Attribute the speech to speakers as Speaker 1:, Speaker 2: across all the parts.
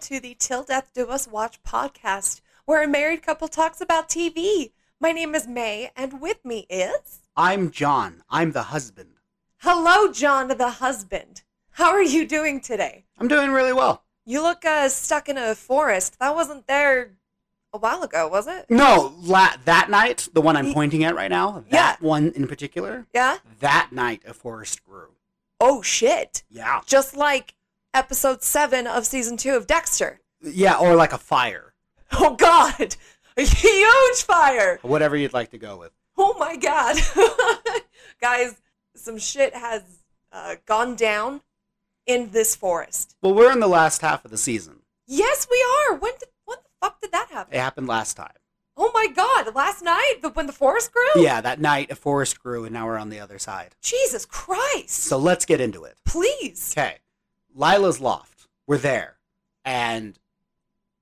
Speaker 1: to the Till Death Do Us Watch podcast, where a married couple talks about TV. My name is May, and with me is.
Speaker 2: I'm John. I'm the husband.
Speaker 1: Hello, John the husband. How are you doing today?
Speaker 2: I'm doing really well.
Speaker 1: You look uh, stuck in a forest. That wasn't there a while ago, was it?
Speaker 2: No, la- that night, the one I'm pointing at right now, that
Speaker 1: Yeah.
Speaker 2: one in particular,
Speaker 1: Yeah?
Speaker 2: that night a forest grew.
Speaker 1: Oh, shit.
Speaker 2: Yeah.
Speaker 1: Just like episode seven of season two of Dexter.
Speaker 2: Yeah, or like a fire,
Speaker 1: Oh, God. A huge fire.
Speaker 2: whatever you'd like to go with.
Speaker 1: Oh my god. Guys, some shit has uh, gone down in this forest.
Speaker 2: Well, we're in the last half of the season.
Speaker 1: Yes, we are. When did, when the fuck did that happen?
Speaker 2: It happened last time.
Speaker 1: Oh my god, last night the, when the forest grew?
Speaker 2: Yeah, that night a forest grew and now we're on the other side.
Speaker 1: Jesus Christ.
Speaker 2: So let's get into it.
Speaker 1: Please.
Speaker 2: Okay. Lila's loft. We're there. And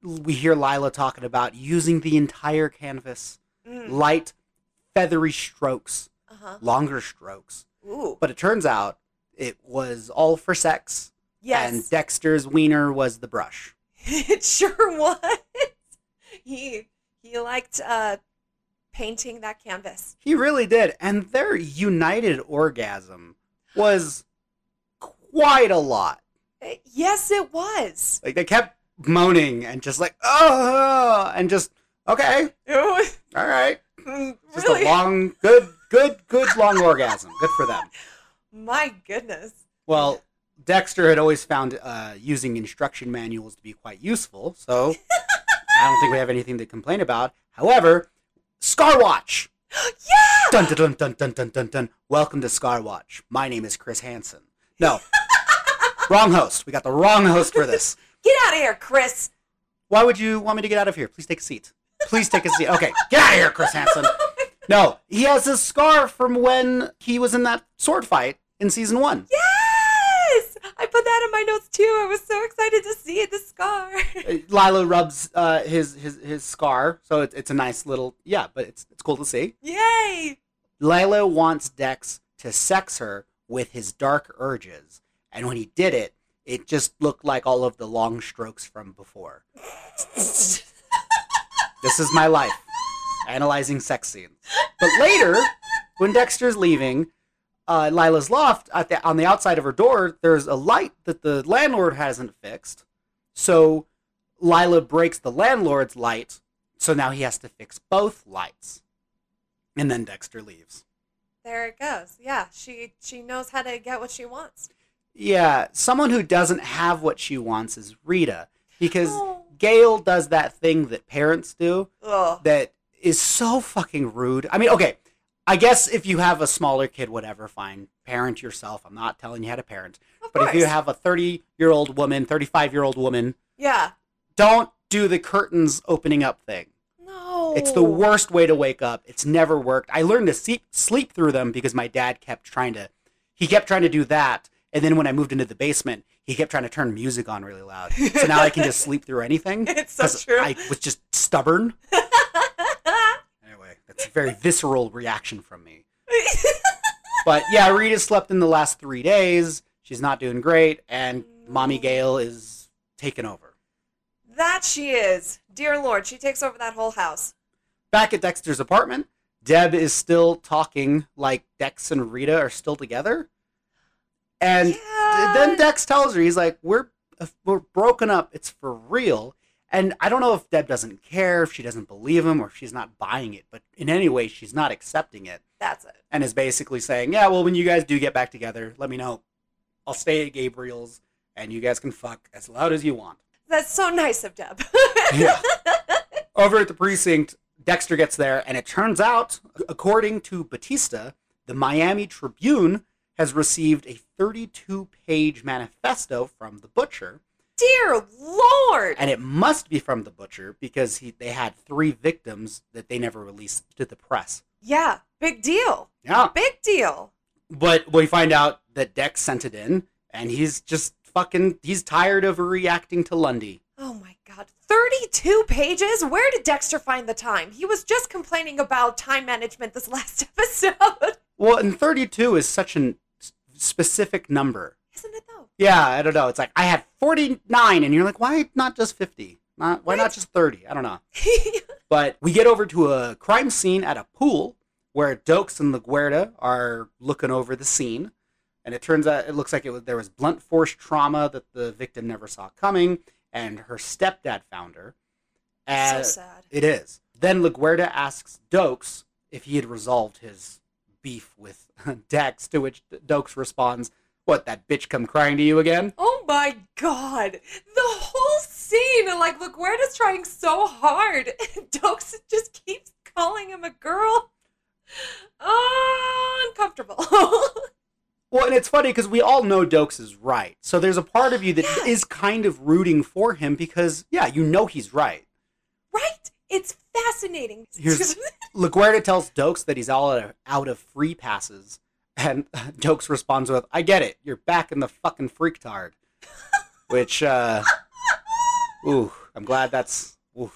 Speaker 2: we hear Lila talking about using the entire canvas,
Speaker 1: Mm.
Speaker 2: light, feathery strokes,
Speaker 1: Uh-huh.
Speaker 2: longer strokes.
Speaker 1: Ooh.
Speaker 2: But it turns out it was all for sex. And
Speaker 1: Yes.
Speaker 2: Dexter's wiener was the brush.
Speaker 1: it sure was. He he liked uh painting that canvas.
Speaker 2: He really did. And their united orgasm was quite a lot.
Speaker 1: Uh, yes, it was.
Speaker 2: Like they kept moaning and just like, oh, and just, okay,
Speaker 1: It was
Speaker 2: all right. Just
Speaker 1: really
Speaker 2: a long, good, good, good long orgasm. Good for them.
Speaker 1: my goodness.
Speaker 2: Well, Dexter had always found uh, using instruction manuals to be quite useful, so I don't think we have anything to complain about. However, Scarwatch.
Speaker 1: Yeah!
Speaker 2: Dun dun dun dun dun dun dun dun. Welcome to Scarwatch. My name is Chris Hansen. No, wrong host. We got the wrong host for this.
Speaker 1: Get out of here, Chris.
Speaker 2: Why would you want me to get out of here? Please take a seat. Please take a seat. Okay, get out of here, Chris Hansen. No, he has his scar from when he was in that sword fight in season one.
Speaker 1: Yes! I put that in my notes too. I was so excited to see the scar.
Speaker 2: Uh, Lila rubs uh, his his his scar, so it, it's a nice little yeah, but it's it's cool to see.
Speaker 1: Yay!
Speaker 2: Lila wants Dex to sex her with his dark urges, and when he did it, it just looked like all of the long strokes from before. This is my life, analyzing sex scenes. But later, when Dexter's leaving, uh, Lila's loft at the, on the outside of her door, there's a light that the landlord hasn't fixed. So Lila breaks the landlord's light, so now he has to fix both lights. And then Dexter leaves.
Speaker 1: there it goes. Yeah, she she knows how to get what she wants.
Speaker 2: Yeah, someone who doesn't have what she wants is Rita, because
Speaker 1: Oh.
Speaker 2: Gail does that thing that parents do,
Speaker 1: Ugh.
Speaker 2: that is so fucking rude. I mean, okay, I guess if you have a smaller kid, whatever, fine. Parent yourself. I'm not telling you how to parent.
Speaker 1: Of
Speaker 2: But
Speaker 1: course.
Speaker 2: if you have a 30 year old woman, 35 year old woman,
Speaker 1: yeah.
Speaker 2: don't do the curtains opening up thing.
Speaker 1: No.
Speaker 2: It's the worst way to wake up. It's never worked. I learned to sleep, sleep through them because my dad kept trying to, he kept trying to do that. And then when I moved into the basement, he kept trying to turn music on really loud. So now I can just sleep through anything.
Speaker 1: It's so
Speaker 2: 'cause
Speaker 1: true.
Speaker 2: I was just stubborn. Anyway, that's a very visceral reaction from me. But yeah, Rita slept in the last three days. She's not doing great, and Mommy Gail is taken over.
Speaker 1: that she is. Dear Lord, she takes over that whole house.
Speaker 2: Back at Dexter's apartment, Deb is still talking like Dex and Rita are still together. And
Speaker 1: yeah.
Speaker 2: then Dex tells her, he's like, "We're we're broken up. It's for real." And I don't know if Deb doesn't care, if she doesn't believe him, or if she's not buying it. But in any way, she's not accepting it.
Speaker 1: That's it.
Speaker 2: and is basically saying, "Yeah, well, when you guys do get back together, let me know. I'll stay at Gabriel's, and you guys can fuck as loud as you want."
Speaker 1: That's so nice of Deb.
Speaker 2: Yeah. Over at the precinct, Dexter gets there, and it turns out, according to Batista, the Miami Tribune has received a 32-page manifesto from the butcher,
Speaker 1: Dear Lord.
Speaker 2: and it must be from the butcher because he they had three victims that they never released to the press.
Speaker 1: Yeah. Big deal.
Speaker 2: Yeah.
Speaker 1: Big deal.
Speaker 2: but we find out that Dex sent it in, and he's just fucking. He's tired of reacting to Lundy.
Speaker 1: Oh my god. 32 pages? Where did Dexter find the time? He was just complaining about time management this last episode.
Speaker 2: Well, and thirty-two is such an s- specific number.
Speaker 1: Isn't it though?
Speaker 2: Yeah, I don't know. It's like I had 49, and you're like, why not just 50? Not why not
Speaker 1: Right.
Speaker 2: just 30? I don't know. But we get over to a crime scene at a pool where Dokes and LaGuerta are looking over the scene. And it turns out it looks like it was, there was blunt force trauma that the victim never saw coming, and her stepdad found her.
Speaker 1: so
Speaker 2: And
Speaker 1: sad.
Speaker 2: it is. Then LaGuerta asks Dokes if he had resolved his beef with Dex, to which Dokes responds, What, that bitch come crying to you again?
Speaker 1: Oh my god. The whole scene, and like LaGuardia's trying so hard. And Dokes just keeps calling him a girl. Oh, uncomfortable.
Speaker 2: Well, and it's funny because we all know Dokes is right. So there's a part of you that is
Speaker 1: Yeah.
Speaker 2: kind of rooting for him because, yeah, you know he's right.
Speaker 1: right? It's fascinating.
Speaker 2: Here's- LaGuardia tells Dokes that he's all out of, out of free passes. And Dokes responds with, I get it. You're back in the fucking freak tard. Which, uh, ooh, I'm glad that's, ooh.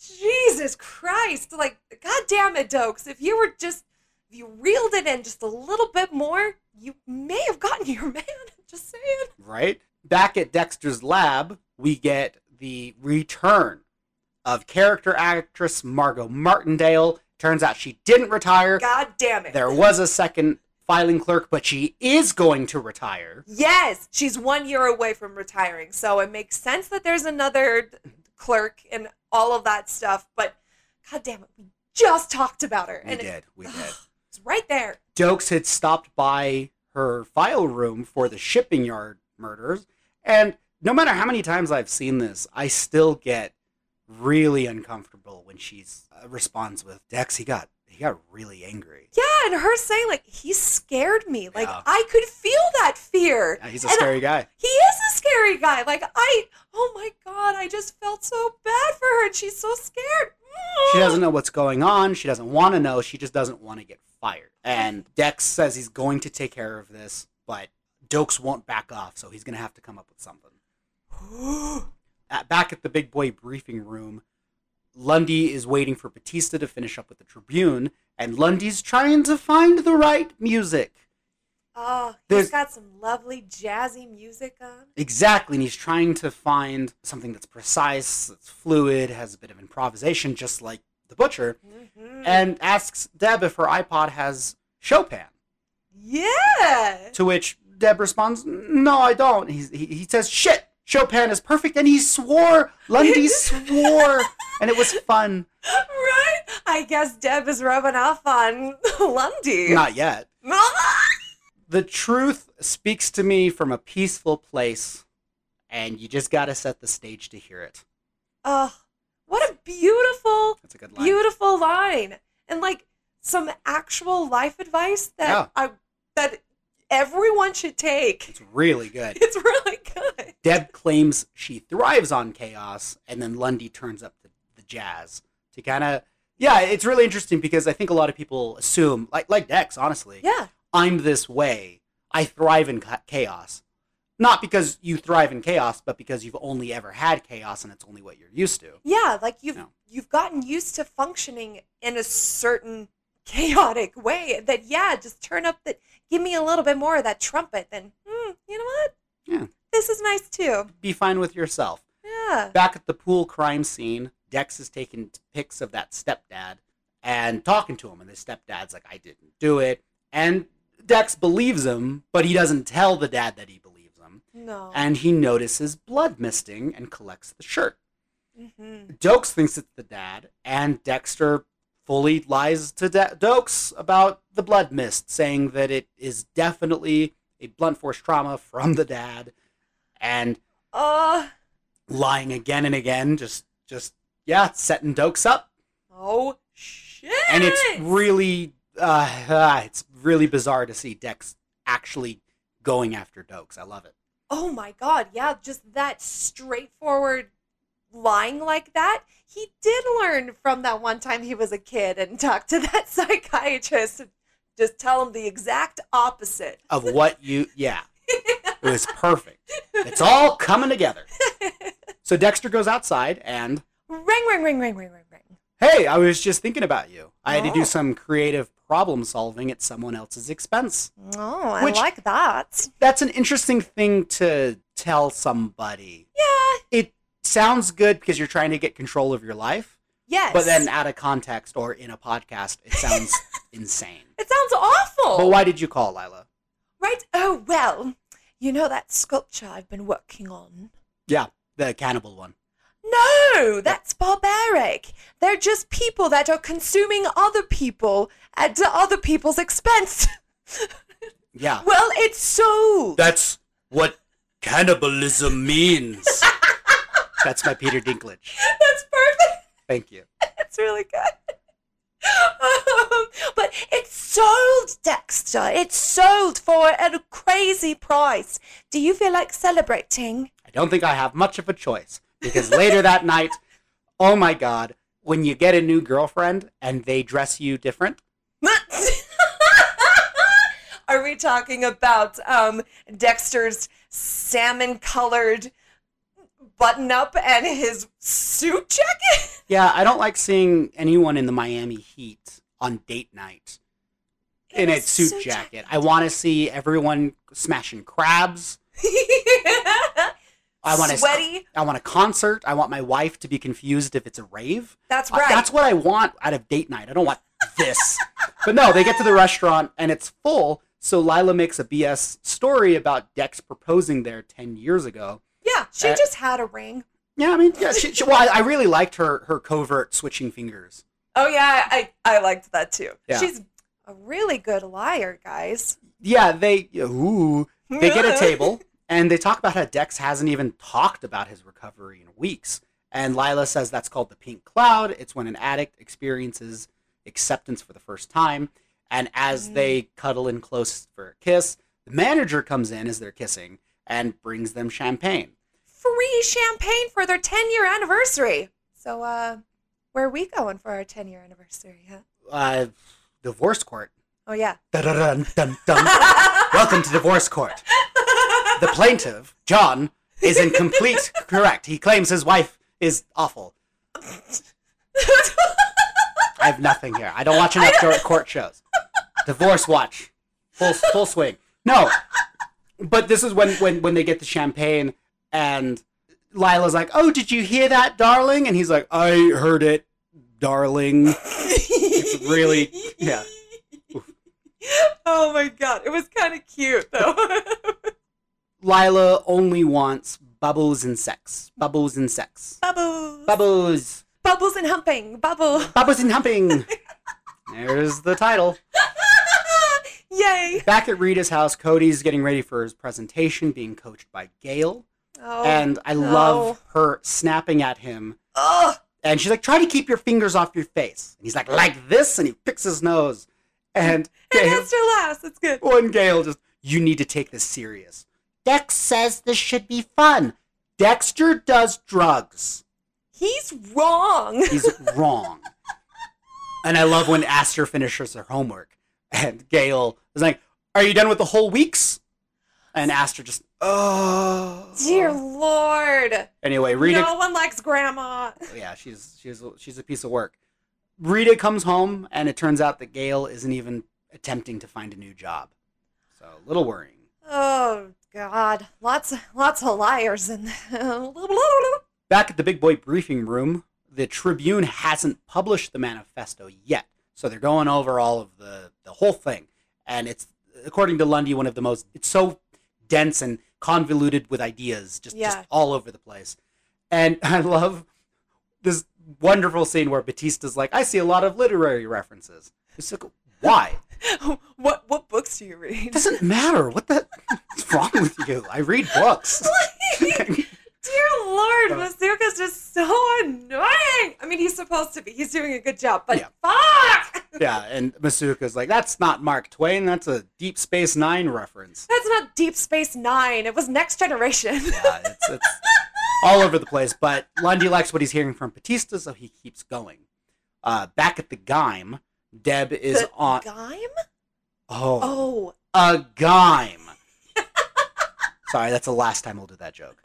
Speaker 1: Jesus Christ. Like, god damn it, Dokes. If you were just, if you reeled it in just a little bit more, you may have gotten your man. Just saying.
Speaker 2: right? Back at Dexter's lab, we get the return of character actress Margot Martindale. Turns out she didn't retire.
Speaker 1: God damn it.
Speaker 2: There was a second filing clerk, but she is going to retire.
Speaker 1: Yes, she's one year away from retiring, so it makes sense that there's another clerk and all of that stuff. But god damn it, we just talked about her, and it-
Speaker 2: we did.
Speaker 1: it's right there.
Speaker 2: Dokes had stopped by her file room for the shipping yard murders, and no matter how many times I've seen this, I still get really uncomfortable when she's uh, responds with Dex. He got he got really angry.
Speaker 1: Yeah, and her saying like he scared me, like
Speaker 2: Yeah.
Speaker 1: I could feel that fear.
Speaker 2: Yeah, he's a
Speaker 1: And
Speaker 2: scary guy.
Speaker 1: He is a scary guy. Like I, oh my god, I just felt so bad for her, and she's so scared.
Speaker 2: She doesn't know what's going on. She doesn't want to know. She just doesn't want to get fired. And Dex says he's going to take care of this, but Dokes won't back off, so he's going to have to come up with something. At, back at the big boy briefing room, Lundy is waiting for Batista to finish up with the Tribune, and Lundy's trying to find the right music.
Speaker 1: Oh,
Speaker 2: There's-
Speaker 1: he's got some lovely jazzy music on.
Speaker 2: Exactly, and he's trying to find something that's precise, that's fluid, has a bit of improvisation, just like the Butcher.
Speaker 1: Mhm.
Speaker 2: and asks Deb if her iPod has Chopin.
Speaker 1: Yeah.
Speaker 2: To which Deb responds, "No, I don't." He he, he says, "Shit, Chopin is perfect," and he swore. Lundy swore, and it was fun.
Speaker 1: Right? I guess Deb is rubbing off on Lundy.
Speaker 2: Not yet.
Speaker 1: Ah!
Speaker 2: The truth speaks to me from a peaceful place, and you just gotta set the stage to hear it.
Speaker 1: oh, what a beautiful,
Speaker 2: That's a good line.
Speaker 1: beautiful line. And like some actual life advice that
Speaker 2: Yeah.
Speaker 1: I that everyone should take.
Speaker 2: it's really good.
Speaker 1: It's really good.
Speaker 2: Deb claims she thrives on chaos, and then Lundy turns up the, the jazz to kind of. Yeah, it's really interesting because I think a lot of people assume, like like Dex, honestly,
Speaker 1: Yeah.
Speaker 2: I'm this way. I thrive in ca- chaos, not because you thrive in chaos, but because you've only ever had chaos and it's only what you're used to.
Speaker 1: Yeah, like you've
Speaker 2: No.
Speaker 1: you've gotten used to functioning in a certain chaotic way that yeah, just turn up that give me a little bit more of that trumpet then hmm, you know what?
Speaker 2: Yeah.
Speaker 1: This is nice too.
Speaker 2: Be fine with yourself.
Speaker 1: Yeah.
Speaker 2: Back at the pool crime scene, Dex is taking pics of that stepdad and talking to him. And the stepdad's like, I didn't do it. And Dex believes him, but he doesn't tell the dad that he believes him.
Speaker 1: No.
Speaker 2: And he notices blood misting and collects the shirt.
Speaker 1: Mhm.
Speaker 2: Dokes thinks it's the dad, and Dexter fully lies to De- Dokes about the blood mist, saying that it is definitely a blunt force trauma from the dad. And
Speaker 1: Uh,
Speaker 2: lying again and again, just just yeah, setting Dokes up,
Speaker 1: oh shit.
Speaker 2: and it's really uh, ah, it's really bizarre to see Dex actually going after Dokes. I love it.
Speaker 1: Oh my god, yeah, just that straightforward lying like that. He did learn from that one time he was a kid and talked to that psychiatrist and just tell him the exact opposite.
Speaker 2: Of what you yeah, it was perfect. It's all coming together. So Dexter goes outside and
Speaker 1: Ring ring ring ring ring ring ring.
Speaker 2: Hey, I was just thinking about you. I had to
Speaker 1: Oh.
Speaker 2: do some creative problem solving at someone else's expense.
Speaker 1: Oh, I
Speaker 2: Which-
Speaker 1: like that.
Speaker 2: That's an interesting thing to tell somebody.
Speaker 1: Yeah.
Speaker 2: It sounds good because you're trying to get control of your life,
Speaker 1: Yes.
Speaker 2: but then out of context or in a podcast, it sounds insane.
Speaker 1: it sounds awful.
Speaker 2: But why did you call, Lila?
Speaker 1: Right? Oh, well, you know that sculpture I've been working on?
Speaker 2: Yeah, the cannibal one.
Speaker 1: No, that's barbaric. They're just people that are consuming other people at other people's expense.
Speaker 2: Yeah.
Speaker 1: well, it's so.
Speaker 2: That's what cannibalism means. That's my Peter Dinklage.
Speaker 1: That's perfect.
Speaker 2: Thank you.
Speaker 1: That's really good. Um, but it's sold, Dexter. It's sold for a crazy price. Do you feel like celebrating?
Speaker 2: I don't think I have much of a choice because later that night, oh my God, when you get a new girlfriend and they dress you different,
Speaker 1: Are we talking about um, Dexter's salmon colored button up and his suit jacket?
Speaker 2: yeah, I don't like seeing anyone in the Miami heat on date night in a
Speaker 1: His
Speaker 2: suit jacket. I want to see everyone smashing crabs.
Speaker 1: jacket.
Speaker 2: I want to
Speaker 1: Sweaty.
Speaker 2: I want a concert. I want my wife to be confused if it's a rave.
Speaker 1: That's
Speaker 2: I-
Speaker 1: right.
Speaker 2: Uh, That's what I want out of date night. I don't want this. but no, they get to the restaurant and it's full. So Lila makes a BS story about Dex proposing there 10 years ago.
Speaker 1: yeah, she
Speaker 2: Uh,
Speaker 1: just had a ring.
Speaker 2: Yeah, I mean, yeah, she, she, well, I, I really liked her her covert switching fingers.
Speaker 1: Oh yeah, I I liked that too.
Speaker 2: Yeah.
Speaker 1: She's a really good liar, guys.
Speaker 2: Yeah, they ooh, they get a table and they talk about how Dex hasn't even talked about his recovery in weeks. And Lila says that's called the pink cloud. It's when an addict experiences acceptance for the first time. And as
Speaker 1: Mm.
Speaker 2: they cuddle in close for a kiss, the manager comes in as they're kissing and brings them champagne.
Speaker 1: Free champagne for their 10 year anniversary. So uh where are we going for our 10 year anniversary, huh?
Speaker 2: Uh, divorce court.
Speaker 1: Oh yeah.
Speaker 2: Dun-dun-dun, dun-dun. Welcome to divorce court. The plaintiff, John, is in complete correct. He claims his wife is awful. I have nothing here. I don't watch enough court- court shows. Divorce watch, full full swing. No, but this is when when when they get the champagne and Lila's like, "Oh, did you hear that, darling?" And he's like, "I heard it, darling."
Speaker 1: it's
Speaker 2: really- yeah.
Speaker 1: Oh my god, it was kind of cute though.
Speaker 2: Lila only wants bubbles and sex, bubbles and sex,
Speaker 1: bubbles.
Speaker 2: bubbles,
Speaker 1: Bubbles and humping. Bubble.
Speaker 2: bubbles and humping. There's the title.
Speaker 1: Yay.
Speaker 2: Back at Rita's house, Cody's getting ready for his presentation, being coached by Gail.
Speaker 1: Oh.
Speaker 2: and I love her snapping at him.
Speaker 1: Ugh.
Speaker 2: And she's like, try to keep your fingers off your face. And he's like, like this. And he picks his nose. And
Speaker 1: It
Speaker 2: Gail,
Speaker 1: has to last. It's good.
Speaker 2: one Gail just, you need to take this serious. Dex says this should be fun. Dexter does drugs.
Speaker 1: He's wrong.
Speaker 2: He's wrong. And I love when Aster finishes her homework. And Gail is like, are you done with the whole weeks? And Aster just, oh.
Speaker 1: Dear Lord.
Speaker 2: Anyway, Rita
Speaker 1: No one likes grandma.
Speaker 2: yeah, she's she's she's a piece of work. Rita comes home, and it turns out that Gail isn't even attempting to find a new job. So a little worrying.
Speaker 1: Oh God, lots lots of liars and
Speaker 2: Back at the big boy briefing room, the Tribune hasn't published the manifesto yet, so they're going over all of the the whole thing, and it's according to Lundy one of the most. It's so dense and convoluted with ideas, just
Speaker 1: Yeah.
Speaker 2: just all over the place, and I love this wonderful scene where Batista's like, "I see a lot of literary references." It's like, why?
Speaker 1: what what books do you
Speaker 2: It
Speaker 1: read?
Speaker 2: doesn't matter. What the? What's wrong with you? I read books.
Speaker 1: Dear Lord, Masuka's just so annoying. I mean, he's supposed to be. He's doing a good job, but
Speaker 2: Yeah.
Speaker 1: fuck,
Speaker 2: Yeah, and Masuka's like, that's not Mark Twain. That's a Deep Space Nine reference.
Speaker 1: that's not Deep Space Nine. It was Next Generation.
Speaker 2: Yeah, it's, it's all over the place. But Lundy likes what he's hearing from Batista, so he keeps going. Uh, back at the Gime, Deb is
Speaker 1: The
Speaker 2: on.
Speaker 1: Gaim?
Speaker 2: Oh,
Speaker 1: Oh.
Speaker 2: a Gime. Sorry, that's the last time we'll do that joke.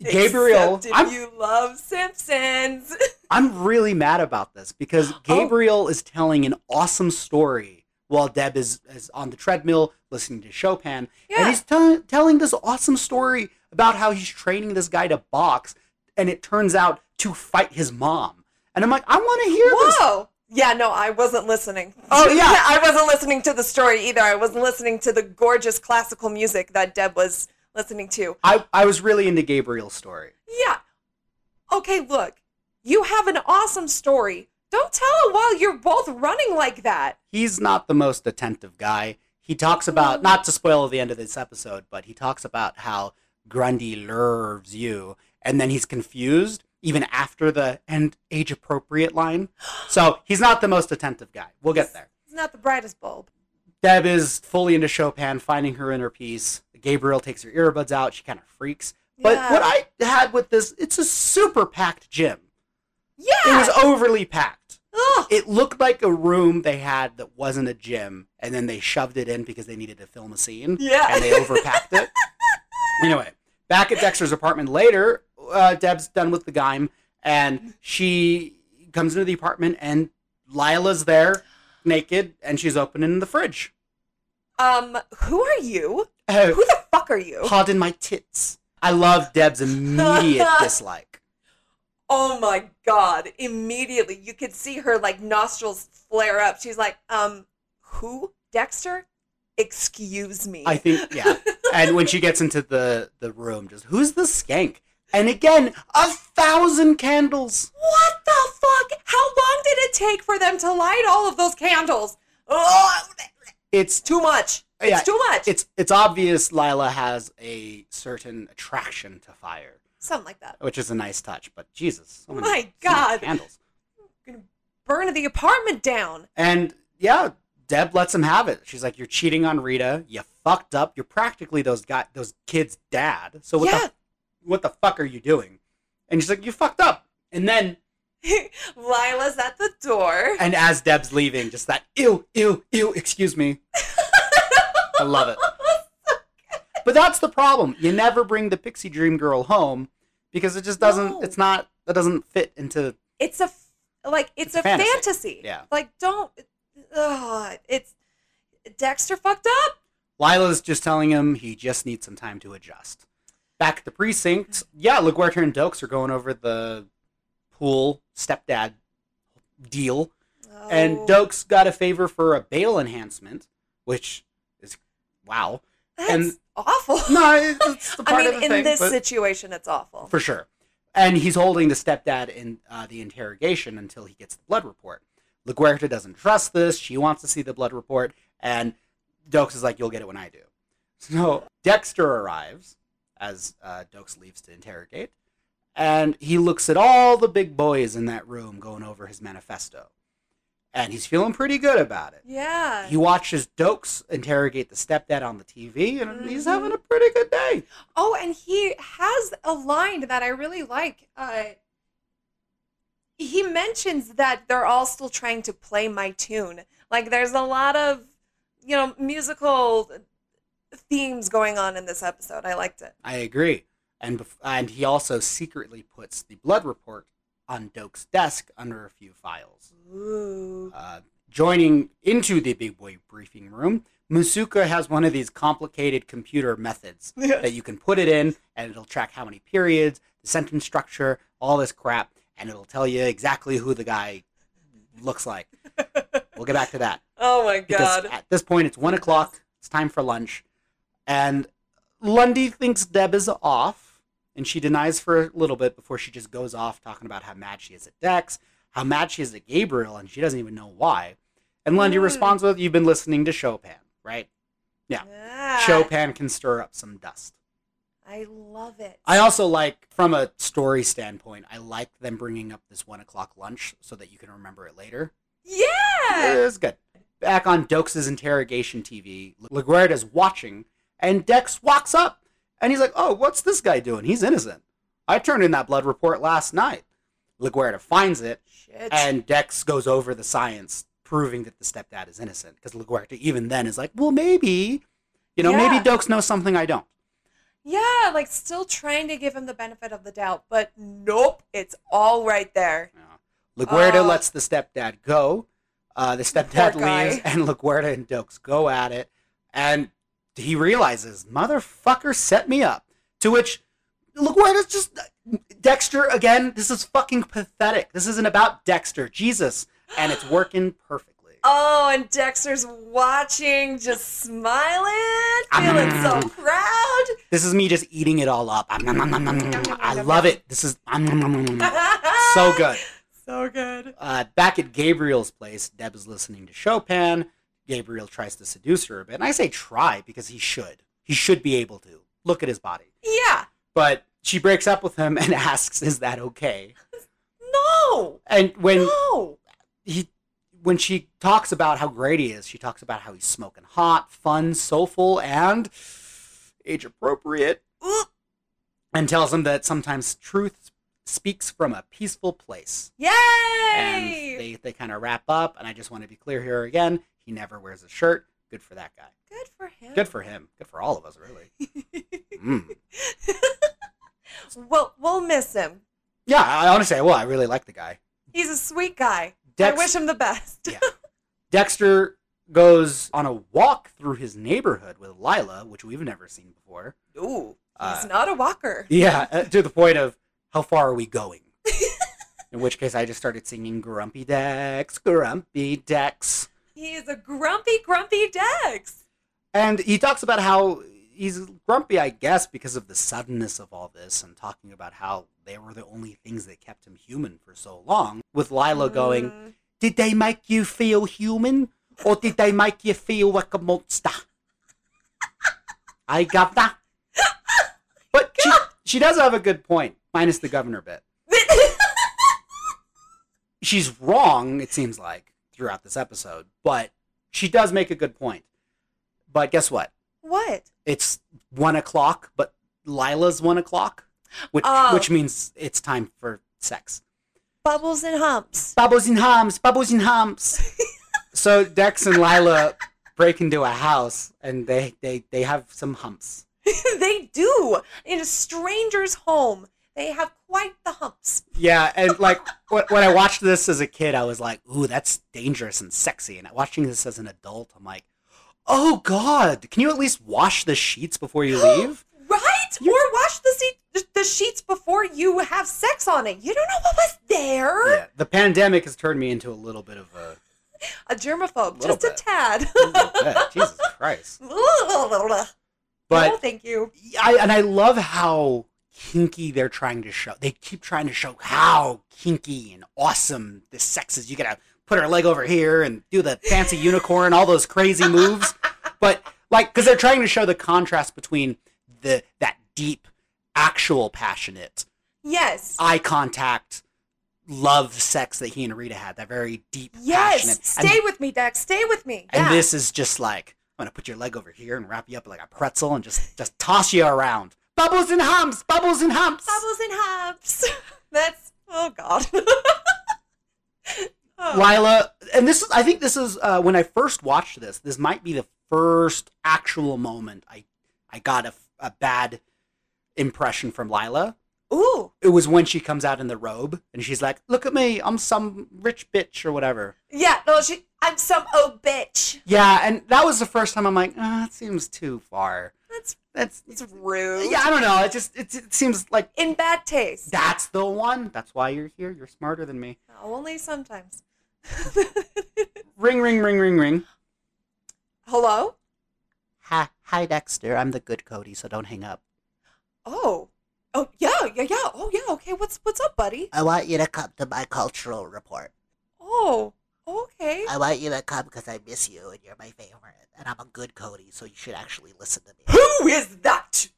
Speaker 2: Gabriel,
Speaker 1: Except if
Speaker 2: I'm-
Speaker 1: you love Simpsons.
Speaker 2: I'm really mad about this because Gabriel is telling an awesome story while Deb is, is on the treadmill listening to Chopin. And
Speaker 1: Yeah.
Speaker 2: he's tell telling this awesome story about how he's training this guy to box and it turns out to fight his mom. And I'm like, I want to hear this.
Speaker 1: Whoa. Yeah, no, I wasn't listening.
Speaker 2: Oh, yeah.
Speaker 1: I wasn't listening to the story either. I was listening to the gorgeous classical music that Deb was listening to.
Speaker 2: I, I was really into Gabriel's story.
Speaker 1: Yeah. Okay, look. You have an awesome story. Don't tell it while you're both running like that.
Speaker 2: he's not the most attentive guy. He talks about not to spoil the end of this episode, but he talks about how Grundy lures you, and then he's confused even after the and age appropriate line. So he's not the most attentive guy. We'll get there.
Speaker 1: It's not the brightest bulb.
Speaker 2: Deb is fully into Chopin, finding her inner peace. Gabriel takes her earbuds out. She kind of freaks. But
Speaker 1: Yeah.
Speaker 2: what I had with this, it's a super packed gym. It
Speaker 1: Yeah.
Speaker 2: was overly packed
Speaker 1: Ugh.
Speaker 2: it looked like a room they had that wasn't a gym, and then they shoved it in because they needed to film a scene.
Speaker 1: Yeah.
Speaker 2: And they overpacked it. anyway, back at Dexter's apartment later, uh, Deb's done with the game, and she comes into the apartment, and Lila's there, naked, and she's opening the fridge.
Speaker 1: Um, who are you?
Speaker 2: Oh,
Speaker 1: Who the fuck are you?
Speaker 2: pardon my tits. I love Deb's immediate dislike.
Speaker 1: Oh my god. Immediately you could see her like nostrils flare up. She's like, um, who? Dexter? Excuse me.
Speaker 2: I think, yeah. And when she gets into the, the room, just who's the skank? And again, a thousand candles.
Speaker 1: What the fuck? How long did it take for them to light all of those candles? Oh,
Speaker 2: It's
Speaker 1: too much. It's
Speaker 2: Yeah,
Speaker 1: too much.
Speaker 2: it's it's obvious Lila has a certain attraction to fire,
Speaker 1: Something like that.
Speaker 2: which is a nice touch. But Jesus, so
Speaker 1: My
Speaker 2: many, so many
Speaker 1: God.
Speaker 2: candles.
Speaker 1: Burn the apartment down.
Speaker 2: And yeah, Deb lets him have it. She's like, "You're cheating on Rita. You fucked up. You're practically those guy, those kids' dad. So what
Speaker 1: yeah.
Speaker 2: the what the fuck are you doing?" And she's like, "You fucked up." And then,
Speaker 1: Lila's at the door.
Speaker 2: and as Deb's leaving, just that ew, ew, ew. Excuse me. I love it. But that's the problem. You never bring the pixie dream girl home because it just doesn't.
Speaker 1: No.
Speaker 2: It's not. That doesn't fit into.
Speaker 1: It's a f- like it's,
Speaker 2: It's
Speaker 1: a
Speaker 2: a fantasy.
Speaker 1: fantasy.
Speaker 2: Yeah.
Speaker 1: Like don't ugh, it's Dexter fucked up.
Speaker 2: Lila's just telling him he just needs some time to adjust. Back at the precinct, yeah, LaGuardia and Dokes are going over the pool stepdad deal, and
Speaker 1: Oh,
Speaker 2: Dokes got a favor for a bail enhancement, which is wow.
Speaker 1: that's
Speaker 2: and-
Speaker 1: awful.
Speaker 2: No, it's, it's the part
Speaker 1: I mean,
Speaker 2: of the
Speaker 1: in
Speaker 2: thing,
Speaker 1: this
Speaker 2: but-
Speaker 1: situation, it's awful.
Speaker 2: for sure. And he's holding the stepdad in uh, the interrogation until he gets the blood report. LaGuerta doesn't trust this. She wants to see the blood report, and Dokes is like, "You'll get it when I do." So Dexter arrives as uh, Dokes leaves to interrogate, and he looks at all the big boys in that room going over his manifesto, and he's feeling pretty good about it.
Speaker 1: yeah.
Speaker 2: He watches Dokes interrogate the stepdad on the TV, and he's
Speaker 1: Mhm.
Speaker 2: having a pretty good day.
Speaker 1: Oh, and he has a line that I really like. Uh, he mentions that they're all still trying to play my tune. Like, there's a lot of, you know, musical themes going on in this episode. I liked it.
Speaker 2: I agree. And bef- and he also secretly puts the blood report on Doak's desk under a few files.
Speaker 1: Ooh.
Speaker 2: Uh, joining into the big boy briefing room, Masuka has one of these complicated computer methods that you can put it in and it'll track how many periods, the sentence structure, all this crap, and it'll tell you exactly who the guy looks like. we'll get back to that
Speaker 1: Oh my
Speaker 2: because
Speaker 1: god.
Speaker 2: at this point it's one o'clock. It's time for lunch, and Lundy thinks Deb is off, and she denies for a little bit before she just goes off talking about how mad she is at Dex, how mad she is at Gabriel, and she doesn't even know why. And Lundy
Speaker 1: Mm.
Speaker 2: responds with, "You've been listening to Chopin, right?
Speaker 1: Yeah.
Speaker 2: Chopin can stir up some dust."
Speaker 1: I love it.
Speaker 2: I also like, from a story standpoint, I like them bringing up this one o'clock lunch so that you can remember it later.
Speaker 1: yeah.
Speaker 2: It was good. Back on Dokes' interrogation TV, LaGuardia's watching, and Dex walks up, and he's like, "Oh, what's this guy doing? He's innocent. I turned in that blood report last night." LaGuardia finds it,
Speaker 1: Shit.
Speaker 2: and Dex goes over the science, proving that the stepdad is innocent. Because LaGuardia, even then, is like, "Well, maybe, you know,
Speaker 1: Yeah.
Speaker 2: maybe Dokes knows something I don't."
Speaker 1: yeah, like still trying to give him the benefit of the doubt, but nope, it's all right there.
Speaker 2: Yeah. LaGuardia
Speaker 1: Oh.
Speaker 2: lets the stepdad go. Uh, the stepdad
Speaker 1: guy.
Speaker 2: leaves, and LaGuardia and Dokes go at it. And he realizes, motherfucker set me up. To which LaGuardia's just. Dexter, again, this is fucking pathetic. This isn't about Dexter. Jesus. And it's working perfectly.
Speaker 1: Oh, and Dexter's watching, just smiling,
Speaker 2: Ah.
Speaker 1: feeling so
Speaker 2: Mm.
Speaker 1: proud.
Speaker 2: This is me just eating it all up. Nom, nom, nom, nom, nom, nom. I love it. This is nom, nom, nom, nom, nom, nom. so good.
Speaker 1: So good.
Speaker 2: Uh, back at Gabriel's place, Deb is listening to Chopin. Gabriel tries to seduce her a bit. And I say try because he should. He should be able to. Look at his body.
Speaker 1: Yeah.
Speaker 2: But she breaks up with him and asks, Is that okay?
Speaker 1: No.
Speaker 2: And when
Speaker 1: No.
Speaker 2: he when she talks about how great he is, she talks about how he's smoking hot, fun, soulful, and age appropriate.
Speaker 1: Oop.
Speaker 2: And tells him that sometimes truth speaks from a peaceful place. And
Speaker 1: Yay!
Speaker 2: they, they kind of wrap up. And I just want to be clear here again. He never wears a shirt. Good for that guy.
Speaker 1: Good for him.
Speaker 2: Good for him. Good for all of us, really. Mm.
Speaker 1: well, we'll miss him.
Speaker 2: Yeah, I honestly, I will. I really like the guy.
Speaker 1: He's a sweet guy. I
Speaker 2: Dex-
Speaker 1: wish him the best.
Speaker 2: Dexter goes on a walk through his neighborhood with Lila, which we've never seen before.
Speaker 1: Ooh, he's
Speaker 2: Uh,
Speaker 1: not a walker.
Speaker 2: Yeah, uh, to the point of how far are we going? In which case, I just started singing Grumpy Dex, Grumpy Dex.
Speaker 1: He is a grumpy, grumpy Dex.
Speaker 2: And he talks about how he's grumpy, I guess, because of the suddenness of all this, and talking about how they were the only things that kept him human for so long. With Lila going,
Speaker 1: Mm.
Speaker 2: Did they make you feel human? Or did they make you feel like a monster? I got that. But she, she does have a good point, minus the governor bit. She's wrong, it seems like, throughout this episode, but she does make a good point. But guess what?
Speaker 1: what?
Speaker 2: it's one o'clock, but Lila's one o'clock, which
Speaker 1: Oh.
Speaker 2: which means it's time for sex.
Speaker 1: Bubbles and humps.
Speaker 2: Bubbles and hums, bubbles and humps. so Dex and Lila break into a house and they they they have some humps.
Speaker 1: they do. In a stranger's home, they have quite the humps.
Speaker 2: Yeah, and like when, when I watched this as a kid, I was like, "Ooh, that's dangerous and sexy." And watching this as an adult, I'm like, "Oh God, can you at least wash the sheets before you leave?"
Speaker 1: Right? or wash the, seat, the, the sheets before you have sex on it. You don't know what was there.
Speaker 2: yeah, the pandemic has turned me into a little bit of a
Speaker 1: A germaphobe,
Speaker 2: Little
Speaker 1: just
Speaker 2: bit.
Speaker 1: a tad.
Speaker 2: Jesus Christ.
Speaker 1: no,
Speaker 2: But
Speaker 1: thank you.
Speaker 2: I and I love how kinky they're trying to show. They keep trying to show how kinky and awesome the sex is. You gotta put her leg over here and do the fancy unicorn, all those crazy moves. But like, because they're trying to show the contrast between the that deep, actual passionate
Speaker 1: Yes.
Speaker 2: eye contact, love sex that he and Rita had. That very deep,
Speaker 1: yes.
Speaker 2: passionate. and
Speaker 1: Stay with me, Dex. Stay with me.
Speaker 2: and
Speaker 1: yeah.
Speaker 2: this is just like I'm gonna put your leg over here and wrap you up like a pretzel and just just toss you around. Bubbles and humps, bubbles and humps.
Speaker 1: Bubbles and humps. That's, oh, God. Oh.
Speaker 2: Lila, and this is I think this is uh, when I first watched this. This might be the first actual moment I I got a, a bad impression from Lila.
Speaker 1: Ooh.
Speaker 2: It was when she comes out in the robe and she's like, "Look at me, I'm some rich bitch or whatever."
Speaker 1: Yeah, no, she, I'm some old bitch.
Speaker 2: Yeah, and that was the first time I'm like, oh, "That seems too far."
Speaker 1: That's,
Speaker 2: That's
Speaker 1: that's rude.
Speaker 2: yeah, I don't know. It just it, it seems like
Speaker 1: In bad taste.
Speaker 2: That's the one. That's why you're here. You're smarter than me.
Speaker 1: Only sometimes.
Speaker 2: Ring, ring, ring, ring, ring.
Speaker 1: Hello?
Speaker 2: Hi, hi, Dexter. I'm the good Cody, so don't hang up.
Speaker 1: Oh. Oh yeah, yeah, yeah. Oh yeah, okay. What's what's up, buddy?
Speaker 2: I want you to come to my cultural report.
Speaker 1: Oh. Okay.
Speaker 2: I want you to come because I miss you and you're my favorite. And I'm a good Cody, so you should actually listen to me.
Speaker 1: Who is that?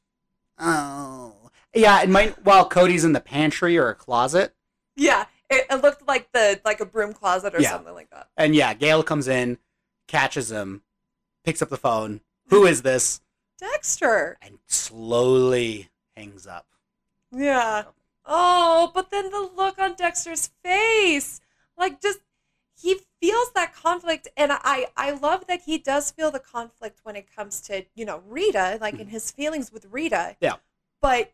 Speaker 2: Oh. Yeah, it might, while Cody's in the pantry or a closet.
Speaker 1: Yeah, it, it looked like the like a broom closet or
Speaker 2: Yeah.
Speaker 1: something like that.
Speaker 2: And yeah, Gail comes in, catches him, picks up the phone. Who is this?
Speaker 1: Dexter.
Speaker 2: And slowly hangs up.
Speaker 1: Yeah. Oh, but then the look on Dexter's face. Like just he feels that conflict and I I love that he does feel the conflict when it comes to, you know, Rita, like in his feelings with Rita.
Speaker 2: Yeah.
Speaker 1: But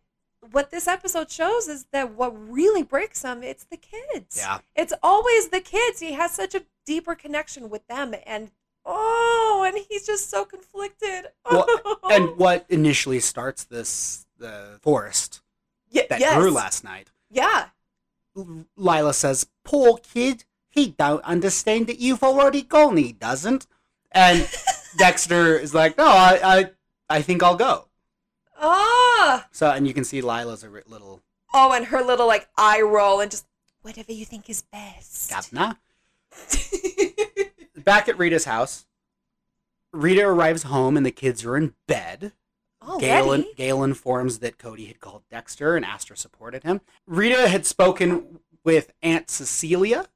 Speaker 1: what this episode shows is that what really breaks him it's the kids
Speaker 2: Yeah.
Speaker 1: it's always the kids he has such a deeper connection with them and oh and he's just so conflicted
Speaker 2: Well, And what initially starts this the forest
Speaker 1: Ye-
Speaker 2: that
Speaker 1: yes.
Speaker 2: grew last night?
Speaker 1: yeah
Speaker 2: L- Lila says, "Poor kid, he don't understand that you've already gone. He doesn't." And Dexter is like, "No, I, I, I think I'll go."
Speaker 1: ah
Speaker 2: So, and you can see Lila's a ri- little
Speaker 1: Oh, and her little like eye roll and just whatever you think is best.
Speaker 2: gabna. Back at Rita's house, Rita arrives home and the kids are in bed. Galen,
Speaker 1: Already?
Speaker 2: Gale informs that Cody had called Dexter and Astra supported him. Rita had spoken with Aunt Cecilia,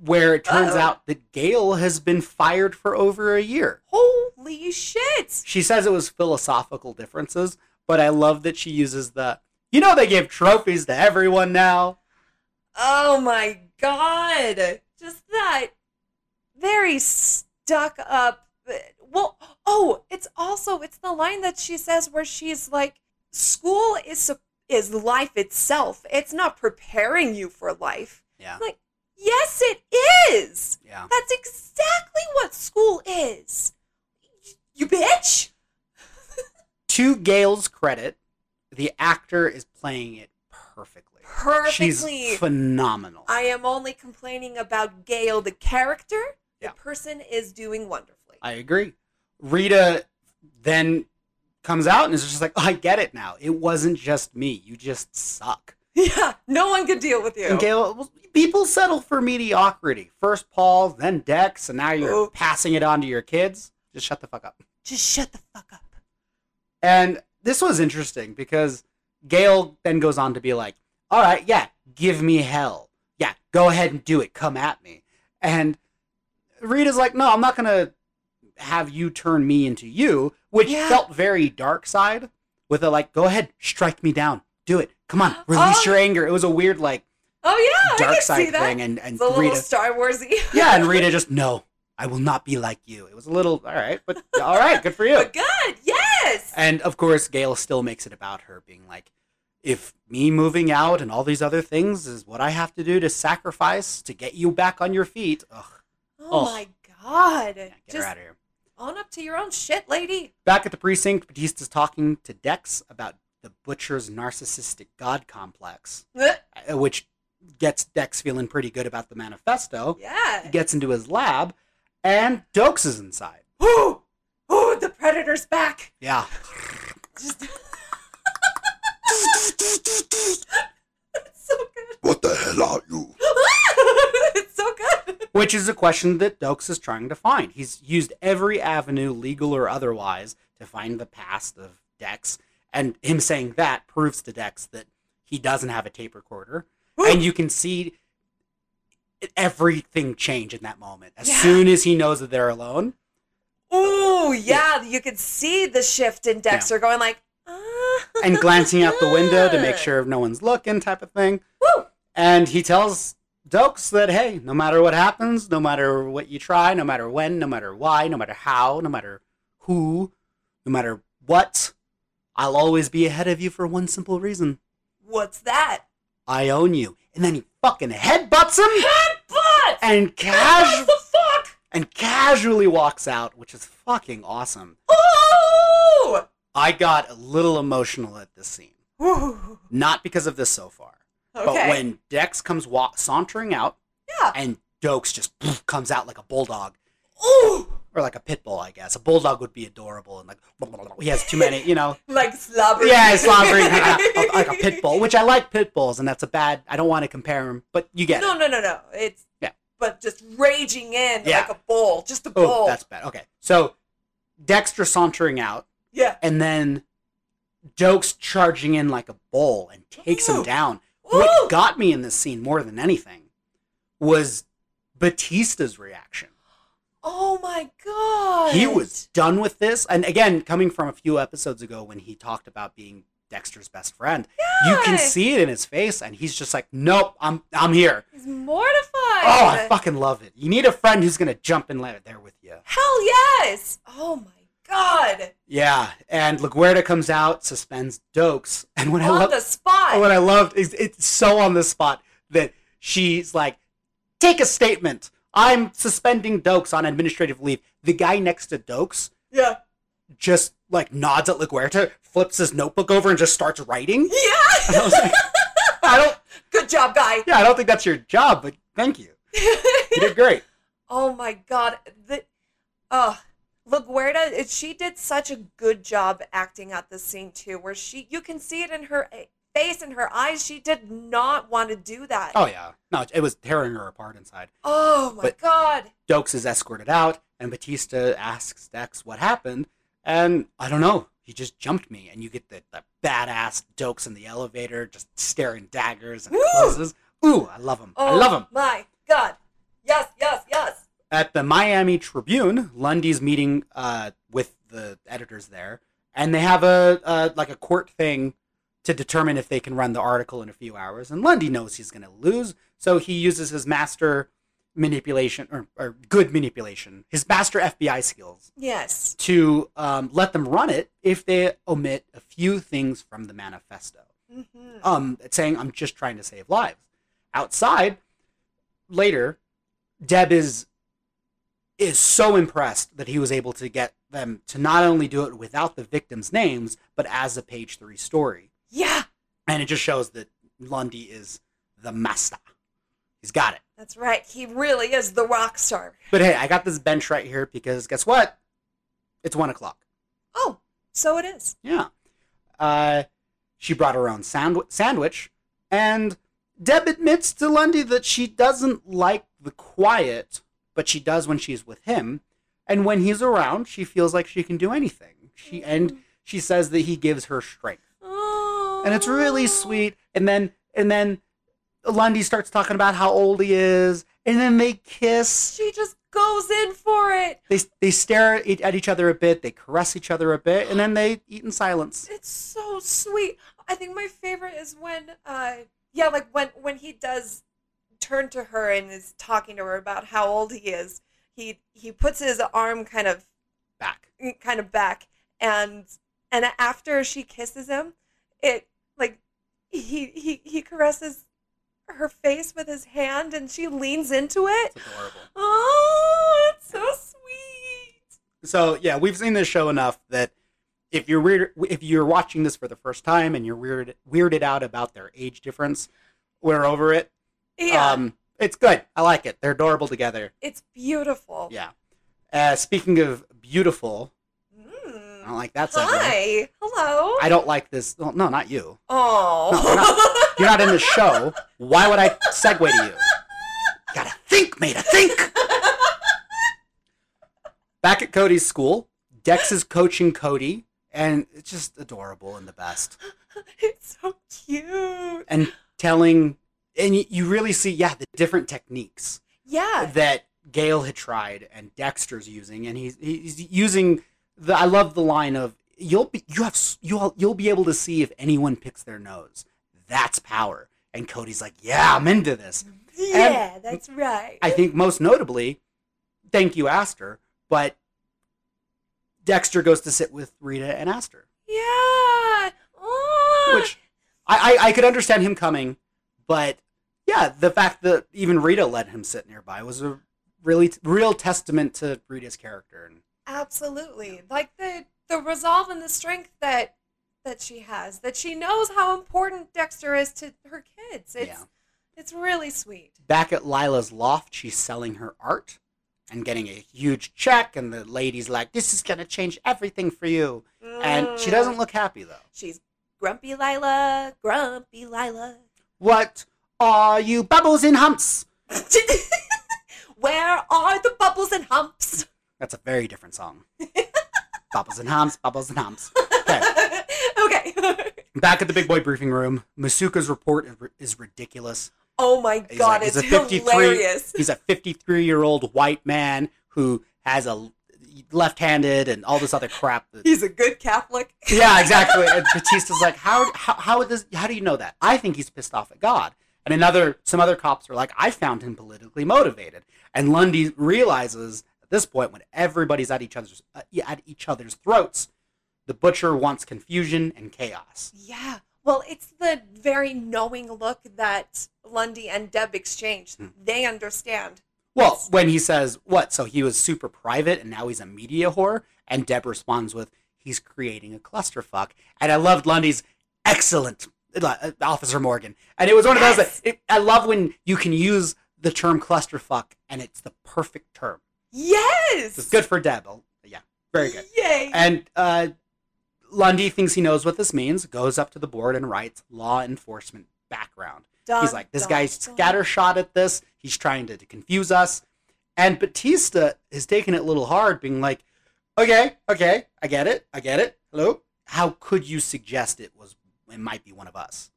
Speaker 2: where it turns
Speaker 1: Uh-oh.
Speaker 2: out that Gail has been fired for over a year.
Speaker 1: Holy shit!
Speaker 2: She says it was philosophical differences, but I love that she uses the, you know, they give trophies to everyone now.
Speaker 1: Oh my god! Just that very stuck up. Well, oh, it's also it's the line that she says where she's like, "School is sup- is life itself. It's not preparing you for life."
Speaker 2: Yeah.
Speaker 1: Like, yes, it is.
Speaker 2: Yeah.
Speaker 1: That's exactly what school is. Y- You bitch.
Speaker 2: To Gail's credit, the actor is playing it perfectly.
Speaker 1: Perfectly.
Speaker 2: She's phenomenal.
Speaker 1: I am only complaining about Gail, the character.
Speaker 2: Yeah.
Speaker 1: The person is doing wonderfully.
Speaker 2: I agree. Rita then comes out and is just like, I get it now. It wasn't just me. You just suck.
Speaker 1: yeah. No one could deal with you.
Speaker 2: And Gail, well, people settle for mediocrity. First Paul, then Dex, and now you're
Speaker 1: Oh.
Speaker 2: passing it on to your kids. Just shut the fuck up.
Speaker 1: Just shut the fuck up.
Speaker 2: And this was interesting because Gail then goes on to be like, all right, yeah, give me hell. Yeah, go ahead and do it. Come at me. And Rita's like, no, I'm not going to have you turn me into you, which
Speaker 1: Yeah.
Speaker 2: felt very dark side with a like, go ahead, strike me down. Do it. Come on, release
Speaker 1: Oh.
Speaker 2: your anger. It was a weird, like,
Speaker 1: Oh yeah, I
Speaker 2: dark
Speaker 1: can see
Speaker 2: side
Speaker 1: that.
Speaker 2: thing. And, and
Speaker 1: it's a little
Speaker 2: Rita,
Speaker 1: Star Warsy.
Speaker 2: yeah, and Rita just, no, I will not be like you. It was a little, all right, but all right, good for you.
Speaker 1: But good. Yes.
Speaker 2: And of course, Gail still makes it about her being like, if me moving out and all these other things is what I have to do to sacrifice to get you back on your feet, ugh,
Speaker 1: oh
Speaker 2: Ugh.
Speaker 1: my god.
Speaker 2: yeah, get her
Speaker 1: Just
Speaker 2: out of here.
Speaker 1: own up to your own shit, lady.
Speaker 2: Back at the precinct, Batista's talking to Dex about the butcher's narcissistic god complex, uh, which gets Dex feeling pretty good about the manifesto.
Speaker 1: yeah.
Speaker 2: Gets into his lab, and Dokes is inside.
Speaker 1: Ooh, ooh, the predator's back.
Speaker 2: Yeah.
Speaker 1: Just It's so good.
Speaker 3: What the hell are you?
Speaker 1: it's so good.
Speaker 2: Which is a question that Dokes is trying to find. He's used every avenue, legal or otherwise, to find the past of Dex. And him saying that proves to Dex that he doesn't have a tape recorder. And you can see everything change in that moment. As
Speaker 1: Yeah.
Speaker 2: soon as he knows that they're alone,
Speaker 1: Ooh, yeah, you could see the shift in Dexter going like, ah.
Speaker 2: and glancing out the window to make sure no one's looking, type of thing.
Speaker 1: Woo.
Speaker 2: And he tells Dokes that, hey, no matter what happens, no matter what you try, no matter when, no matter why, no matter how, no matter who, no matter what, I'll always be ahead of you for one simple reason
Speaker 1: What's that?
Speaker 2: I own you. And then he fucking headbutts him
Speaker 1: Headbutt.
Speaker 2: and,
Speaker 1: What
Speaker 2: casu-
Speaker 1: the fuck?
Speaker 2: and casually walks out, which is fucking awesome.
Speaker 1: Oh.
Speaker 2: I got a little emotional at this scene.
Speaker 1: Ooh.
Speaker 2: Not because of this so far.
Speaker 1: Okay.
Speaker 2: But when Dex comes wa- sauntering out,
Speaker 1: Yeah.
Speaker 2: and Dokes just poof, comes out like a bulldog
Speaker 1: Ooh.
Speaker 2: or like a pit bull, I guess. A bulldog would be adorable and like he has too many, you know.
Speaker 1: Like slobbering.
Speaker 2: Yeah, it's slobbering like a- like a pit bull, which I like pit bulls, and that's a bad. I don't want to compare them, but you get. it.
Speaker 1: No, no, no, no. It's
Speaker 2: Yeah.
Speaker 1: But just raging in
Speaker 2: Yeah.
Speaker 1: like a bull, just a bull.
Speaker 2: Oh, that's bad. Okay, so Dexter sauntering out,
Speaker 1: yeah.
Speaker 2: and then Dokes charging in like a bull and takes him
Speaker 1: Ooh.
Speaker 2: down.
Speaker 1: Ooh.
Speaker 2: What got me in this scene more than anything was Batista's reaction.
Speaker 1: Oh my god.
Speaker 2: he was done with this and again coming from a few episodes ago when he talked about being dexter's best friend you
Speaker 1: Yeah.
Speaker 2: can see it in his face and he's just like nope i'm i'm here
Speaker 1: He's mortified.
Speaker 2: oh i fucking love it you need a friend who's gonna jump in la- there with you
Speaker 1: Hell yes. Oh my God.
Speaker 2: Yeah, and LaGuardia comes out, suspends Dokes, and what I
Speaker 1: on
Speaker 2: love,
Speaker 1: the spot.
Speaker 2: what I loved is it's so on the spot that she's like, "Take a statement. I'm suspending Dokes on administrative leave." The guy next to Dokes
Speaker 1: yeah.
Speaker 2: just like nods at LaGuardia, flips his notebook over, and just starts writing.
Speaker 1: Yeah.
Speaker 2: And I was like, "I don't,
Speaker 1: Good job, guy.
Speaker 2: yeah, I don't think that's your job, but thank you. You did great."
Speaker 1: Oh my God. The, uh, LaGuardia, it- she did such a good job acting out this scene too, where she, you can see it in her eh, face and her eyes. She did not want to do that.
Speaker 2: Oh yeah, no, it was tearing her apart inside.
Speaker 1: Oh my
Speaker 2: But-
Speaker 1: God.
Speaker 2: Dokes is escorted out, and Batista asks Dex what happened, and I don't know. He just jumped me, and you get the, the badass Dokes in the elevator, just staring daggers and
Speaker 1: Woo!
Speaker 2: closes. Ooh, I love him.
Speaker 1: Oh
Speaker 2: I love him.
Speaker 1: My God. Yes, yes, yes.
Speaker 2: At the Miami Tribune, Lundy's meeting uh, with the editors there, and they have a uh, like a court thing to determine if they can run the article in a few hours. And Lundy knows he's going to lose, so he uses his master manipulation or, or good manipulation, his master FBI skills
Speaker 1: Yes.
Speaker 2: to um, let them run it if they omit a few things from the manifesto.
Speaker 1: Mm-hmm.
Speaker 2: Um, saying, I'm just trying to save lives. Outside, later, Deb is is so impressed that he was able to get them to not only do it without the victims' names, but as a page three story.
Speaker 1: Yeah,
Speaker 2: And it just shows that Lundy is the master. He's got it.
Speaker 1: that's right. He really is the rock star.
Speaker 2: But hey, I got this bench right here because guess what? It's one o'clock.
Speaker 1: Oh, so it is.
Speaker 2: Yeah. Uh, she brought her own sand- sandwich, and Deb admits to Lundy that she doesn't like the quiet, but she does when she's with him. And when he's around, she feels like she can do anything. She and she says that he gives her strength,
Speaker 1: Oh.
Speaker 2: and it's really sweet. And then and then Lundy starts talking about how old he is, and then they kiss.
Speaker 1: Oh, She just goes in for it.
Speaker 2: They they stare at each- at each other a bit, they caress each other a bit, and then they eat in silence.
Speaker 1: It's so sweet. I think my favorite is when, uh, yeah, like when when he does turn to her and is talking to her about how old he is. He he puts his arm kind of
Speaker 2: Back.
Speaker 1: mm, kind of back and and after she kisses him it like he he he caresses her face with his hand and she leans into it
Speaker 2: It's adorable.
Speaker 1: oh it's so sweet
Speaker 2: So yeah, we've seen this show enough that if you're weird, if you're watching this for the first time and you're weird, weirded out about their age difference, we're over it.
Speaker 1: yeah
Speaker 2: Um, it's good. I like it. They're adorable together.
Speaker 1: it's beautiful
Speaker 2: Yeah. Uh, speaking of beautiful, I
Speaker 1: mm.
Speaker 2: don't like that. Segue.
Speaker 1: hi hello
Speaker 2: I don't like this. Well, no, not you.
Speaker 1: oh
Speaker 2: You're not in the show. Why would I segue to you? Gotta think, mate. Think. Back at Cody's school, Dex is coaching Cody, and it's just adorable and the best.
Speaker 1: it's so cute
Speaker 2: and telling and y- you really see yeah the different techniques
Speaker 1: yeah
Speaker 2: that gail had tried and dexter's using and he's he's using the i love the line of you'll be you have s- you'll you'll be able to see if anyone picks their nose that's power and cody's like yeah i'm into this
Speaker 1: yeah that's right
Speaker 2: i think most notably thank you aster but dexter goes to sit with rita and aster
Speaker 1: yeah oh.
Speaker 2: which I, I I could understand him coming, but yeah, the fact that even Rita let him sit nearby was a really real testament to Rita's character. And
Speaker 1: Absolutely. Like the the resolve and the strength that that she has, that she knows how important Dexter is to her kids. It's
Speaker 2: Yeah.
Speaker 1: it's really sweet.
Speaker 2: back at Lila's loft, she's selling her art and getting a huge check, and the lady's like, "This is gonna change everything for you," and she
Speaker 1: Mm.
Speaker 2: doesn't look happy though.
Speaker 1: She's grumpy Lila, grumpy Lila.
Speaker 2: What are you bubbles in humps?
Speaker 1: Where are the bubbles and humps?
Speaker 2: That's a very different song. bubbles and humps, bubbles and humps. Okay.
Speaker 1: okay.
Speaker 2: Back at the big boy briefing room, Masuka's report is ri- is ridiculous.
Speaker 1: oh my
Speaker 2: He's
Speaker 1: god,
Speaker 2: like, he's
Speaker 1: it's
Speaker 2: a 53
Speaker 1: hilarious.
Speaker 2: he's a 53 year old white man who has a left handed and all this other crap. That,
Speaker 1: He's a good Catholic.
Speaker 2: yeah, exactly. And Batista's like, how how how does how do you know that? I think he's pissed off at God. And another some other cops are like, I found him politically motivated. And Lundy realizes At this point, when everybody's at each other's uh, yeah, at each other's throats, the butcher wants confusion and chaos.
Speaker 1: Yeah. Well, it's the very knowing look that Lundy and Deb exchange.
Speaker 2: Hmm.
Speaker 1: They understand.
Speaker 2: Well, when he says what, so he was super private and now he's a media whore, and Deb responds with, "He's creating a clusterfuck." And I loved Lundy's excellent uh, Officer Morgan, and it was one of those.
Speaker 1: Yes.
Speaker 2: That, it, I love when you can use the term clusterfuck, and it's the perfect term.
Speaker 1: Yes.
Speaker 2: It's good for Deb. I'll- Yeah, very good.
Speaker 1: Yay.
Speaker 2: And uh, Lundy thinks he knows what this means, goes up to the board and writes law enforcement background. He's
Speaker 1: Dun,
Speaker 2: like, this
Speaker 1: dun,
Speaker 2: guy's
Speaker 1: dun.
Speaker 2: scattershot at this. He's trying to, to confuse us. And Batista is taking it a little hard, being like, okay, okay, I get it. I get it. Hello? How could you suggest it was, it might be one of us?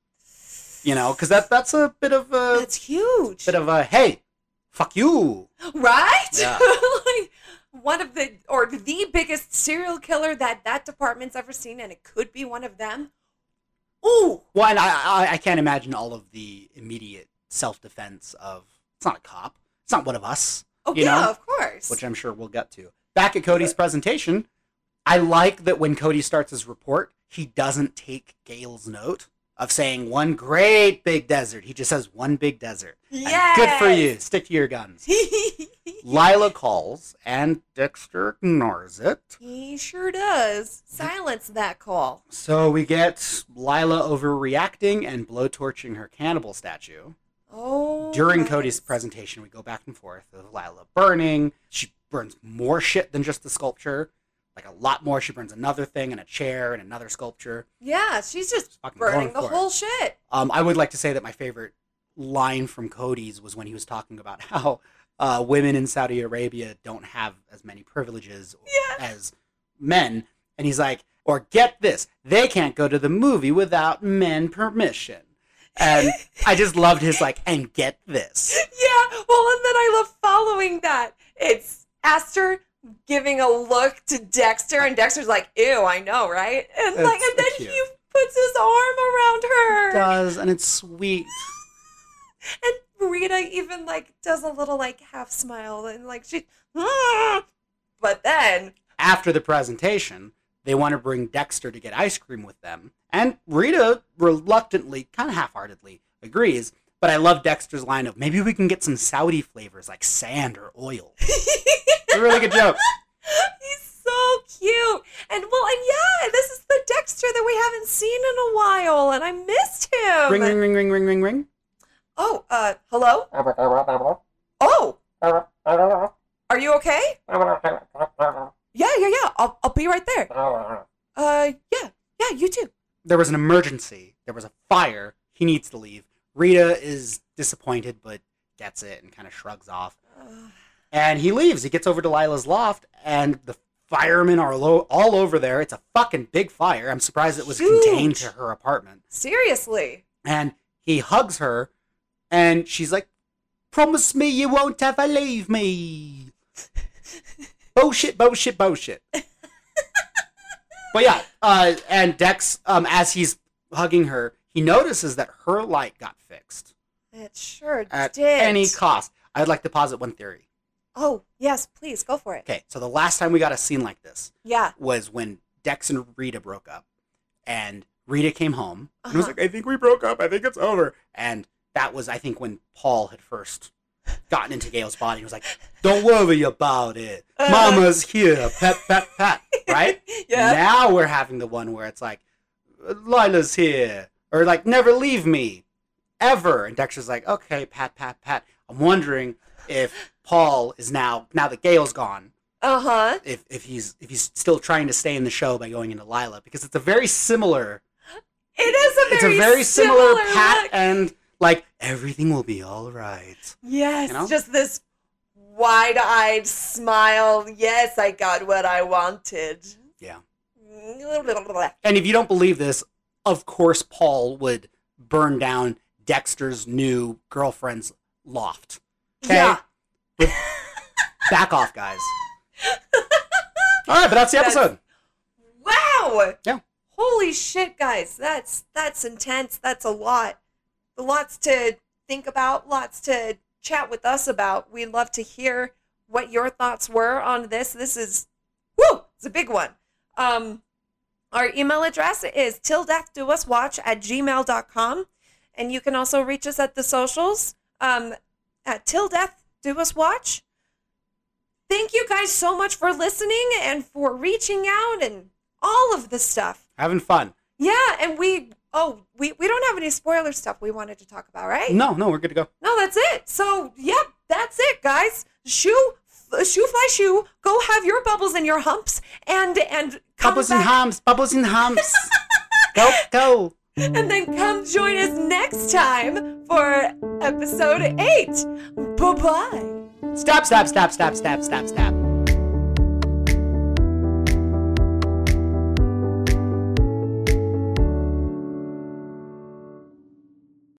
Speaker 2: You know, because that, that's a bit of a,
Speaker 1: That's huge.
Speaker 2: bit of a, hey, fuck you.
Speaker 1: right?
Speaker 2: uh, Yeah.
Speaker 1: like one of the or the biggest serial killer that that department's ever seen, and it could be one of them. Ooh,
Speaker 2: Well, and I, I, I can't imagine all of the immediate self defense of it's not a cop, it's not one of us,
Speaker 1: oh
Speaker 2: You
Speaker 1: yeah,
Speaker 2: know,
Speaker 1: of course.
Speaker 2: which uh, I'm sure we'll get to. Back at Cody's presentation, I like that when Cody starts his report, he doesn't take Gail's note of saying one great big desert. He just says one big desert. And
Speaker 1: yeah,
Speaker 2: Good for you. Stick to your guns. Lila calls, and Dexter ignores it.
Speaker 1: he sure does. Silence that call.
Speaker 2: So we get Lila overreacting and blowtorching her cannibal statue.
Speaker 1: Oh,
Speaker 2: during
Speaker 1: my-
Speaker 2: Cody's presentation, we go back and forth of Lila burning. She burns more shit than just the sculpture, like a lot more. She burns another thing and a chair and another sculpture.
Speaker 1: Yeah, she's just
Speaker 2: Fucking
Speaker 1: burning
Speaker 2: going
Speaker 1: the
Speaker 2: for it.
Speaker 1: whole shit.
Speaker 2: Um, I would like to say that my favorite line from Cody's was when he was talking about how uh, women in Saudi Arabia don't have as many privileges as men, and he's like, "Or get this, they can't go to the movie without men permission." And I just loved his like, "And get this."
Speaker 1: Yeah, well, and then I love following that. It's Aster giving a look to Dexter, and Dexter's like, "Ew, I know, right?" And
Speaker 2: That's
Speaker 1: like, and then
Speaker 2: cute.
Speaker 1: he puts his arm around her,
Speaker 2: does, and it's sweet.
Speaker 1: and Rita even like does a little like half smile, and like she, "Ah." but then
Speaker 2: After the presentation, they want to bring Dexter to get ice cream with them, and Rita reluctantly, kind of half-heartedly, agrees. But I love Dexter's line of maybe we can get some Saudi flavors like sand or oil. It's a really good joke.
Speaker 1: he's so cute, and well, and yeah, this is the Dexter that we haven't seen in a while, and I missed him.
Speaker 2: Ring, ring, ring, ring, ring, ring, ring.
Speaker 1: Oh, uh, hello. Oh, are you okay? Yeah, yeah, yeah. I'll, I'll be right there. Uh, yeah, yeah, you too.
Speaker 2: There was an emergency. There was a fire. He needs to leave. Rita is disappointed, but gets it and kind of shrugs off. And he leaves. He gets over to Lila's loft, and the firemen are lo- all over there. It's a fucking big fire. I'm surprised it was contained to
Speaker 1: Huge.
Speaker 2: her apartment.
Speaker 1: Seriously.
Speaker 2: And he hugs her, and she's like, Promise me you won't ever leave me. bullshit, bullshit, bullshit. but yeah, uh, and Dex, um, as he's hugging her, he notices that her light got fixed
Speaker 1: It sure
Speaker 2: at
Speaker 1: did.
Speaker 2: any cost. I'd like to posit one theory.
Speaker 1: oh, yes, please go for it.
Speaker 2: Okay, so the last time we got a scene like this,
Speaker 1: Yeah.
Speaker 2: was when Dex and Rita broke up, and Rita came home and was
Speaker 1: Uh-huh.
Speaker 2: like, "I think we broke up. I think it's over." And that was, I think, when Paul had first gotten into Gail's body and was like, "Don't worry about it.
Speaker 1: Uh.
Speaker 2: Mama's here. Pat, pat, pat." Right?
Speaker 1: yeah.
Speaker 2: Now we're having the one where it's like, "Lila's here," or like, "Never leave me, ever." And Dexter's like, "Okay, pat, pat, pat." I'm wondering if Paul is now now that Gail's gone
Speaker 1: Uh huh.
Speaker 2: if, if he's if he's still trying to stay in the show by going into Lila because it's a very similar
Speaker 1: It is a very,
Speaker 2: it's a very similar, pat
Speaker 1: look.
Speaker 2: and like everything will be all right.
Speaker 1: Yes,
Speaker 2: you know?
Speaker 1: just this wide eyed smile. Yes, I got what I wanted. Mm,
Speaker 2: Yeah. And if you don't believe this, of course Paul would burn down Dexter's new girlfriend's loft. Okay?
Speaker 1: Yeah.
Speaker 2: Back off, guys. all right, but that's the
Speaker 1: That's-
Speaker 2: episode.
Speaker 1: Wow.
Speaker 2: Yeah.
Speaker 1: Holy shit, guys. That's that's intense. That's a lot. Lots to think about, lots to chat with us about. We'd love to hear what your thoughts were on this. This is, whoo, it's a big one. Um, our email address is till death do us watch at gmail.com. And you can also reach us at the socials um, at till death do us watch. Thank you guys so much for listening and for reaching out and all of the stuff.
Speaker 2: Having fun.
Speaker 1: Yeah, and we oh we we don't have any spoiler stuff we wanted to talk about, right?
Speaker 2: No, no, we're good to go.
Speaker 1: No, that's it. So yep, that's it, guys. Shoe f- shoe fly shoe. Go have your bubbles and your humps and and come
Speaker 2: Bubbles
Speaker 1: back,
Speaker 2: and humps, bubbles and humps. go, go.
Speaker 1: and then come join us next time for episode eight. Bye bye.
Speaker 2: Stop, stop, stop, stop, stop, stop, stop.